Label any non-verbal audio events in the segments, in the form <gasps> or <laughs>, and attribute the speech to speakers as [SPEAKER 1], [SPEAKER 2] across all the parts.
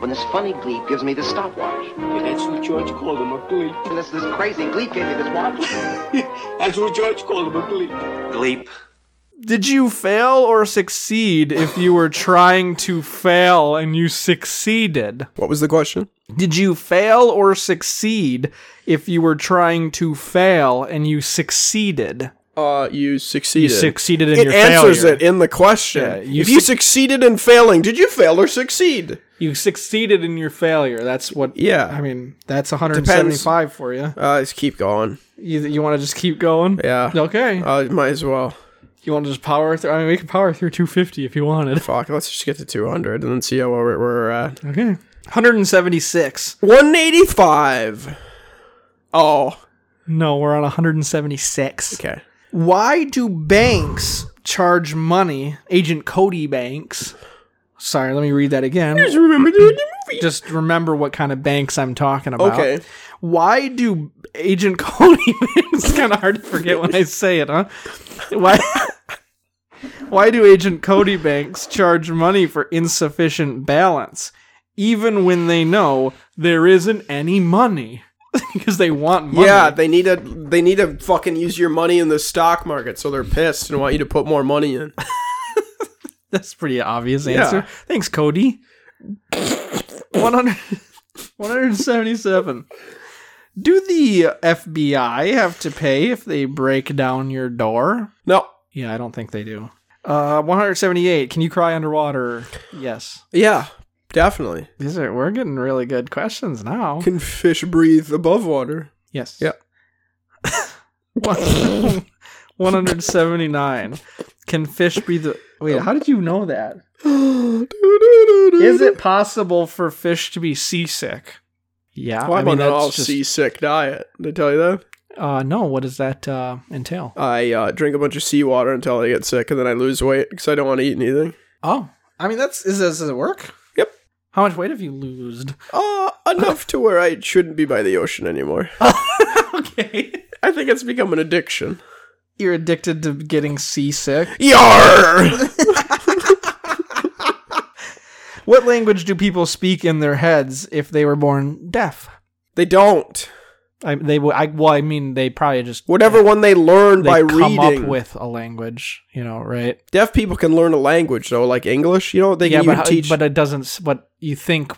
[SPEAKER 1] when this funny gleep gives me this stopwatch.
[SPEAKER 2] Yeah, that's what George called him, a gleep. <laughs>
[SPEAKER 1] And this, this crazy gleep gave me this watch.
[SPEAKER 2] That's what George called him, a gleep.
[SPEAKER 3] Gleep.
[SPEAKER 4] Did you fail or succeed if you were trying to fail and you succeeded?
[SPEAKER 5] What was the question?
[SPEAKER 4] Did you fail or succeed if you were trying to fail and you succeeded?
[SPEAKER 5] Uh, you
[SPEAKER 4] You
[SPEAKER 5] succeeded.
[SPEAKER 4] succeeded in
[SPEAKER 5] it
[SPEAKER 4] your
[SPEAKER 5] answers
[SPEAKER 4] failure.
[SPEAKER 5] it in the question.
[SPEAKER 4] Yeah, you
[SPEAKER 5] if you
[SPEAKER 4] suc-
[SPEAKER 5] succeeded in failing, did you fail or succeed?
[SPEAKER 4] You succeeded in your failure. That's what.
[SPEAKER 5] Yeah.
[SPEAKER 4] I mean, that's 175 for you.
[SPEAKER 5] Uh, let's keep going.
[SPEAKER 4] You, you want to just keep going?
[SPEAKER 5] Yeah.
[SPEAKER 4] Okay.
[SPEAKER 5] Uh, might as well.
[SPEAKER 4] you want to just power through? I mean, we could power through 250 if you wanted.
[SPEAKER 5] Fuck, let's just get to 200 and then see how where we're at.
[SPEAKER 4] Okay. 176.
[SPEAKER 5] 185. Oh,
[SPEAKER 4] No, we're on 176.
[SPEAKER 5] okay.
[SPEAKER 4] Why do banks charge money? Agent Cody Banks. Sorry, let me read that again.
[SPEAKER 5] Just remember the, the movie.
[SPEAKER 4] Just remember what kind of banks I'm talking about.
[SPEAKER 5] Okay.
[SPEAKER 4] Why do Agent <laughs> Cody It's kind of hard to forget when I say it, huh? Why <laughs> Why do Agent Cody banks charge money for insufficient balance even when they know there isn't any money? <laughs> because they want money.
[SPEAKER 5] Yeah, they need to they need to fucking use your money in the stock market, so they're pissed and want you to put more money in.
[SPEAKER 4] <laughs> That's a pretty obvious answer.
[SPEAKER 5] Yeah.
[SPEAKER 4] Thanks, Cody. 100, 177. Do the FBI have to pay if they break down your door?
[SPEAKER 5] No.
[SPEAKER 4] Yeah, I don't think they do. Uh, 178. Can you cry underwater? Yes.
[SPEAKER 5] Yeah, definitely.
[SPEAKER 4] These are we're getting really good questions now.
[SPEAKER 5] Can fish breathe above water?
[SPEAKER 4] Yes.
[SPEAKER 5] Yeah.
[SPEAKER 4] <laughs> One- 179. Can fish breathe? Wait, how did you know that? <gasps> Is
[SPEAKER 5] Is
[SPEAKER 4] it possible for fish to be seasick? Yeah,
[SPEAKER 5] Well, I'm on an all
[SPEAKER 4] just-
[SPEAKER 5] seasick diet. Did I tell you that?
[SPEAKER 4] Uh, no, what does that uh, entail?
[SPEAKER 5] I uh, drink a bunch of seawater until I get sick, and then I lose weight because I don't want to eat anything.
[SPEAKER 4] Oh, I mean, that's is this, does it work?
[SPEAKER 5] Yep.
[SPEAKER 4] How much weight have you <laughs> lost?
[SPEAKER 5] Uh, <laughs> enough to where I shouldn't be by the ocean anymore.
[SPEAKER 4] okay,
[SPEAKER 5] I think it's become an addiction.
[SPEAKER 4] you're addicted to getting seasick.
[SPEAKER 5] Yar! <laughs>
[SPEAKER 4] What language do people speak in their heads if they were born deaf?
[SPEAKER 5] they don't.
[SPEAKER 4] I, they would. I, well, I mean, they probably just
[SPEAKER 5] Whatever one they learn
[SPEAKER 4] they
[SPEAKER 5] by
[SPEAKER 4] come
[SPEAKER 5] reading.
[SPEAKER 4] up with a language, you know, right?
[SPEAKER 5] Deaf people can learn a language though, like English. You know, they
[SPEAKER 4] yeah,
[SPEAKER 5] can even
[SPEAKER 4] but, how-
[SPEAKER 5] teach
[SPEAKER 4] but uh, it doesn't. s- What you think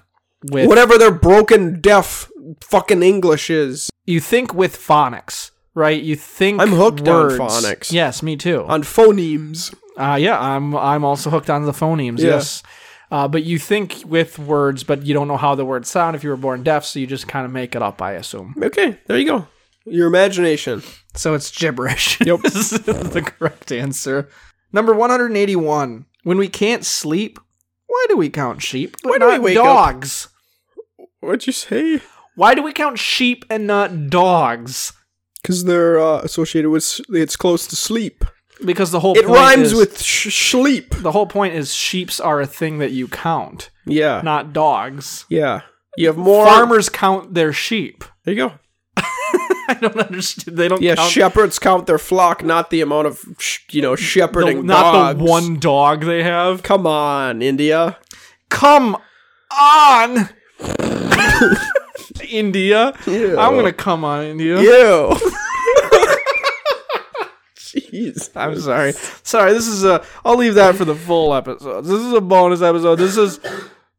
[SPEAKER 4] with
[SPEAKER 5] whatever their broken deaf fucking English is.
[SPEAKER 4] you think with phonics, right? You think
[SPEAKER 5] I'm hooked on
[SPEAKER 4] words.
[SPEAKER 5] phonics.
[SPEAKER 4] Yes, me too.
[SPEAKER 5] On phonemes.
[SPEAKER 4] Uh, yeah, I'm I'm also hooked on the phonemes.
[SPEAKER 5] Yeah.
[SPEAKER 4] Yes. Uh, but you think with words, but you don't know how the words sound if you were born deaf, so you just kind of make it up, I assume.
[SPEAKER 5] Okay, there you go. Your imagination.
[SPEAKER 4] So it's gibberish. <laughs> Yep. is the correct answer. Number 181. When we can't sleep, why do we count sheep? But
[SPEAKER 5] Why do we
[SPEAKER 4] not
[SPEAKER 5] wake up?
[SPEAKER 4] dogs?
[SPEAKER 5] What'd you say?
[SPEAKER 4] Why do we count sheep and not dogs?
[SPEAKER 5] Because they're uh, associated with s- it's close to sleep.
[SPEAKER 4] Because the whole
[SPEAKER 5] It
[SPEAKER 4] point
[SPEAKER 5] rhymes
[SPEAKER 4] is-
[SPEAKER 5] with sh- sleep.
[SPEAKER 4] the whole point is sheeps are a thing that you count,
[SPEAKER 5] Yeah.
[SPEAKER 4] not dogs.
[SPEAKER 5] yeah. You have more
[SPEAKER 4] Farmers count their sheep.
[SPEAKER 5] There you go.
[SPEAKER 4] <laughs> I don't understand. They don't
[SPEAKER 5] Yeah,
[SPEAKER 4] count
[SPEAKER 5] shepherds count their flock, not the amount of sh- you know
[SPEAKER 4] the-
[SPEAKER 5] shepherding
[SPEAKER 4] not
[SPEAKER 5] dogs.
[SPEAKER 4] the one dog they have.
[SPEAKER 5] Come on, India.
[SPEAKER 4] Come on, <laughs> India. I'm gonna come on, India.
[SPEAKER 5] Ew.
[SPEAKER 4] <laughs>
[SPEAKER 5] Jeez.
[SPEAKER 4] I'm sorry. Sorry. This is a. I'll leave that for the full episode. This is a bonus episode. This is.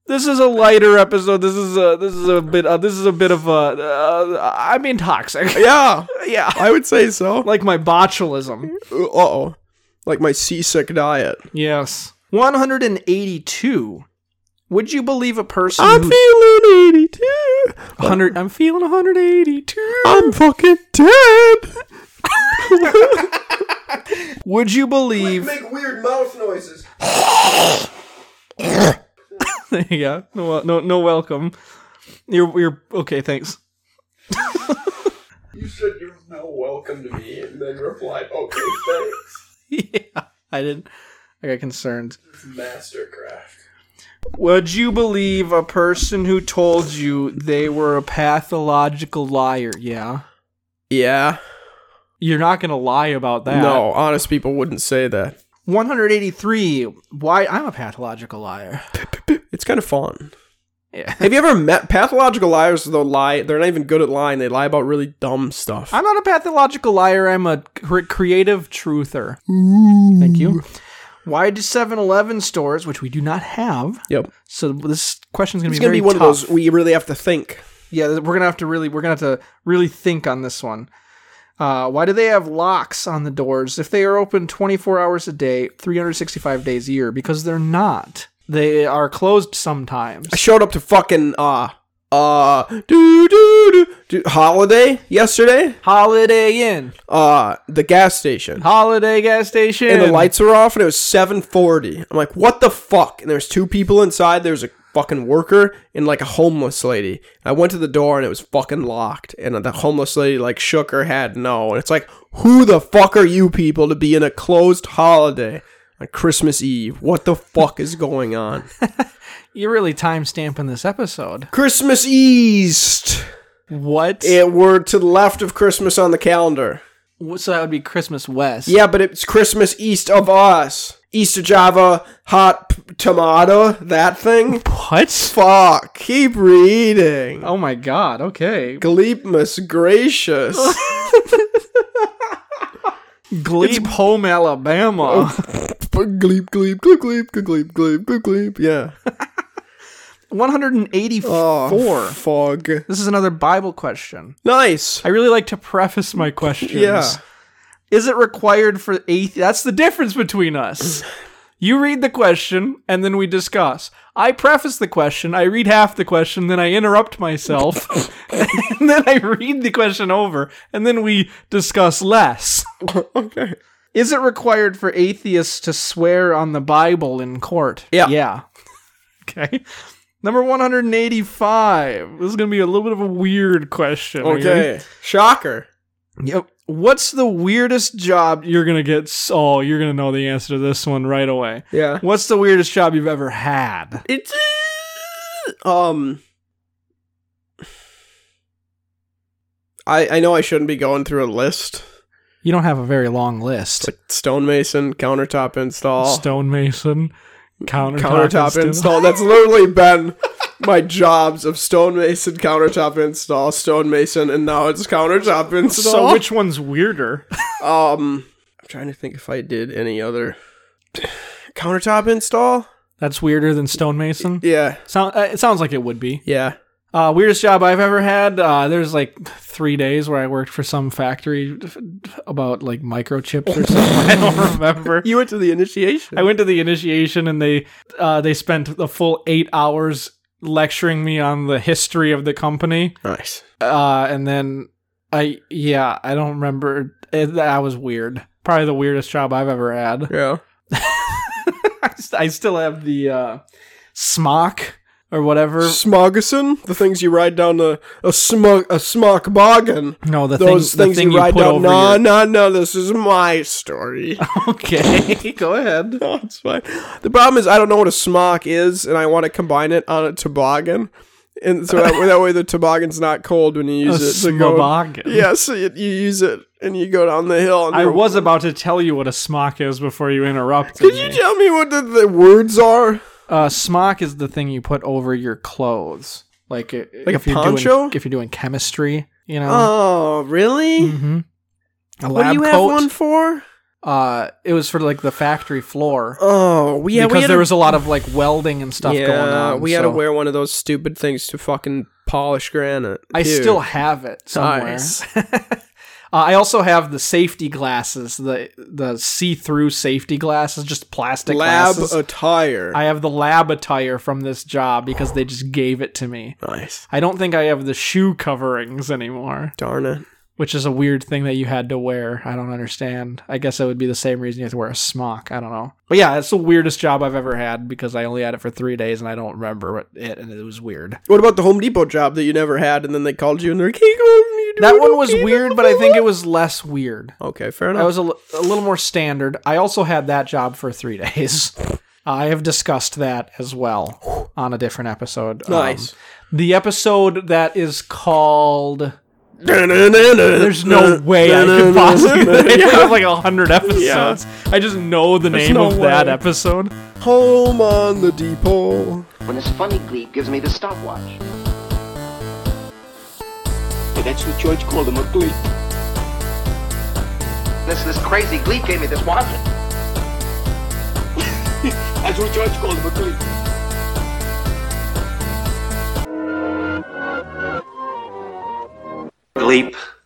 [SPEAKER 4] This is a lighter episode. This is a. This is a bit. Uh, this is a bit of a. Uh, I'm toxic.
[SPEAKER 5] Yeah,
[SPEAKER 4] yeah.
[SPEAKER 5] I would say so.
[SPEAKER 4] <laughs> Like my botulism.
[SPEAKER 5] Uh oh. Like my seasick diet.
[SPEAKER 4] Yes. 182. Would you believe a person who
[SPEAKER 5] feeling 82.
[SPEAKER 4] 100 I'm feeling 182.
[SPEAKER 5] I'm fucking dead.
[SPEAKER 4] Would you believe
[SPEAKER 5] Make weird mouth noises.
[SPEAKER 4] <laughs> Yeah. No wel- no no welcome. You're you're okay, thanks. <laughs>
[SPEAKER 5] You said you're no welcome to me, and then replied, okay, thanks. <laughs>
[SPEAKER 4] yeah. I didn't I got concerned.
[SPEAKER 5] Mastercraft.
[SPEAKER 4] Would you believe a person who told you they were a pathological liar? Yeah.
[SPEAKER 5] Yeah.
[SPEAKER 4] You're not going to lie about that.
[SPEAKER 5] No, honest people wouldn't say that.
[SPEAKER 4] 183. Why I'm a pathological liar.
[SPEAKER 5] It's kind of fun.
[SPEAKER 4] Yeah.
[SPEAKER 5] Have you ever met pathological liars? Though lie, they're not even good at lying. They lie about really dumb stuff.
[SPEAKER 4] I'm not a pathological liar. I'm a cre- creative truther. Thank you. Why do 7-Eleven stores, which we do not have,
[SPEAKER 5] yep,
[SPEAKER 4] so this question's gonna
[SPEAKER 5] it's
[SPEAKER 4] be
[SPEAKER 5] gonna
[SPEAKER 4] very
[SPEAKER 5] be one
[SPEAKER 4] tough.
[SPEAKER 5] of those we really have to think.
[SPEAKER 4] Yeah, th- we're gonna have to really we're gonna have to really think on this one. Uh, why do they have locks on the doors if they are open 24 hours a day, 365 days a year? Because they're not. They are closed sometimes.
[SPEAKER 5] I showed up to fucking uh uh do do do holiday yesterday.
[SPEAKER 4] Holiday Inn,
[SPEAKER 5] Uh, the gas station.
[SPEAKER 4] Holiday gas station,
[SPEAKER 5] and the lights were off and it was 740 i'm like what the fuck and there's two people inside there's a fucking worker and like a homeless lady i went to the door and it was fucking locked and the homeless lady like shook her head no and it's like who the fuck are you people to be in a closed holiday on christmas eve what the fuck is going <laughs> on
[SPEAKER 4] You're really time stamping this episode.
[SPEAKER 5] christmas east
[SPEAKER 4] What?
[SPEAKER 5] it were to the left of christmas on the calendar
[SPEAKER 4] so that would be Christmas West.
[SPEAKER 5] Yeah, but it's Christmas east of us. East of Java, hot p- tomato, that thing.
[SPEAKER 4] What?
[SPEAKER 5] Fuck, keep reading.
[SPEAKER 4] Oh my god. Okay. <laughs>
[SPEAKER 5] Gleepmas gracious.
[SPEAKER 4] Glebe Home, <laughs> Alabama.
[SPEAKER 5] gleep, gleep, gleep, gleep, gleep, gleep, gleep, gleep. Yeah.
[SPEAKER 4] 184.
[SPEAKER 5] Oh, fog.
[SPEAKER 4] This is another Bible question.
[SPEAKER 5] Nice.
[SPEAKER 4] I really like to preface my questions.
[SPEAKER 5] Yeah.
[SPEAKER 4] Is it required for athe That's the difference between us. You read the question and then we discuss. I preface the question, I read half the question, then I interrupt myself, <laughs> and then I read the question over, and then we discuss less.
[SPEAKER 5] <laughs> okay.
[SPEAKER 4] Is it required for atheists to swear on the Bible in court?
[SPEAKER 5] Yeah.
[SPEAKER 4] Yeah. okay. Number 185. This is going to be a little bit of a weird question. Are you ready?
[SPEAKER 5] Okay. Shocker.
[SPEAKER 4] Yep. What's the weirdest job you're going to get? s- Oh, you're going to know the answer to this one right away.
[SPEAKER 5] Yeah.
[SPEAKER 4] What's the weirdest job you've ever had?
[SPEAKER 5] It's uh, um. I I know I shouldn't be going through a list.
[SPEAKER 4] You don't have a very long list.
[SPEAKER 5] It's like stonemason countertop
[SPEAKER 4] oh.
[SPEAKER 5] install.
[SPEAKER 4] Stonemason, countertop,
[SPEAKER 5] countertop install. That's literally been my jobs of stonemason, countertop install, stonemason, and now it's countertop install.
[SPEAKER 4] So which one's weirder?
[SPEAKER 5] um, I'm trying to think if I did any other countertop install.
[SPEAKER 4] That's weirder than stonemason?
[SPEAKER 5] Yeah,
[SPEAKER 4] Sound, uh, it sounds like it would be.
[SPEAKER 5] yeah.
[SPEAKER 4] Uh, weirdest job I've ever had. Uh, there's like three days where I worked for some factory f- about like microchips or something. <laughs> I don't remember.
[SPEAKER 5] You went to the initiation.
[SPEAKER 4] I went to the initiation and they uh, they spent the full eight hours lecturing me on the history of the company.
[SPEAKER 5] nice.
[SPEAKER 4] Uh, and then I yeah I don't remember. It, that was weird. Probably the weirdest job I've ever had.
[SPEAKER 5] Yeah.
[SPEAKER 4] <laughs> I, st- I still have the uh, smock or whatever.
[SPEAKER 5] Smogason, the things you ride down the a smog a smock boggin.
[SPEAKER 4] No, the
[SPEAKER 5] Those
[SPEAKER 4] thing, the
[SPEAKER 5] things
[SPEAKER 4] thing
[SPEAKER 5] you ride
[SPEAKER 4] put
[SPEAKER 5] down.
[SPEAKER 4] over
[SPEAKER 5] No,
[SPEAKER 4] your-
[SPEAKER 5] no, no. This is my story.
[SPEAKER 4] <laughs> <laughs> Okay, go ahead.
[SPEAKER 5] <laughs> No, it's fine. The problem is I don't know what a smock is, and I want to combine it on a toboggan, and so that, that way the toboggan's not cold when you
[SPEAKER 4] A
[SPEAKER 5] use it. to go-
[SPEAKER 4] smoboggin.
[SPEAKER 5] Yeah, so you, you use it and you go down the hill. And
[SPEAKER 4] I
[SPEAKER 5] you're-
[SPEAKER 4] was about to tell you what a smock is before you interrupted
[SPEAKER 5] Could you
[SPEAKER 4] me.
[SPEAKER 5] tell me what the, the words are?
[SPEAKER 4] uh, smock is the thing you put over your clothes, like like
[SPEAKER 5] Like
[SPEAKER 4] if
[SPEAKER 5] a
[SPEAKER 4] you're
[SPEAKER 5] poncho?
[SPEAKER 4] Doing, if you're doing chemistry, you know.
[SPEAKER 5] Oh, really?
[SPEAKER 4] Mhm. A lab
[SPEAKER 5] What do you
[SPEAKER 4] coat.
[SPEAKER 5] have one for?
[SPEAKER 4] Uh, it was for like the factory floor
[SPEAKER 5] Oh, we yeah, we
[SPEAKER 4] because
[SPEAKER 5] had
[SPEAKER 4] there
[SPEAKER 5] a,
[SPEAKER 4] was a lot of like welding and stuff
[SPEAKER 5] yeah,
[SPEAKER 4] going on.
[SPEAKER 5] we had to
[SPEAKER 4] so
[SPEAKER 5] wear one of those stupid things to fucking polish granite.
[SPEAKER 4] I
[SPEAKER 5] Dude.
[SPEAKER 4] still have it somewhere. <laughs>
[SPEAKER 5] Nice.
[SPEAKER 4] uh, I also have the safety glasses, the the see through safety glasses, just plastic
[SPEAKER 5] lab
[SPEAKER 4] glasses.
[SPEAKER 5] attire.
[SPEAKER 4] I have the lab attire from this job because they just gave it to me.
[SPEAKER 5] nice,
[SPEAKER 4] I don't think I have the shoe coverings anymore,
[SPEAKER 5] darn it.
[SPEAKER 4] which is a weird thing that you had to wear. I don't understand. I guess it would be the same reason you have to wear a smock. I don't know. But yeah, it's the weirdest job I've ever had because I only had it for three days and I don't remember what it, and it was weird.
[SPEAKER 5] What about the Home Depot job that you never had, and then they called you and they're like, "Hey, Gordon, you
[SPEAKER 4] That
[SPEAKER 5] doing
[SPEAKER 4] one was
[SPEAKER 5] okay?"
[SPEAKER 4] weird, but I think it was less weird.
[SPEAKER 5] Okay, fair enough.
[SPEAKER 4] That was a, li- a little more standard. I also had that job for three <laughs> days. I have discussed that as well on a different episode. Um,
[SPEAKER 5] nice.
[SPEAKER 4] the episode that is called
[SPEAKER 5] <laughs> There's <laughs>
[SPEAKER 4] There's no way I could possibly. <laughs> I have like a hundred
[SPEAKER 5] Uh, Yeah.
[SPEAKER 4] episodes. I just know the name
[SPEAKER 5] no
[SPEAKER 4] of that
[SPEAKER 5] way.
[SPEAKER 4] episode.
[SPEAKER 5] Home on the Depot.
[SPEAKER 1] when this funny gleep gives me the stopwatch.
[SPEAKER 2] But that's what George called him, a gleep.
[SPEAKER 1] This this crazy gleep gave me this watchlet.
[SPEAKER 2] That's what George called him, a gleep.
[SPEAKER 3] Gleep.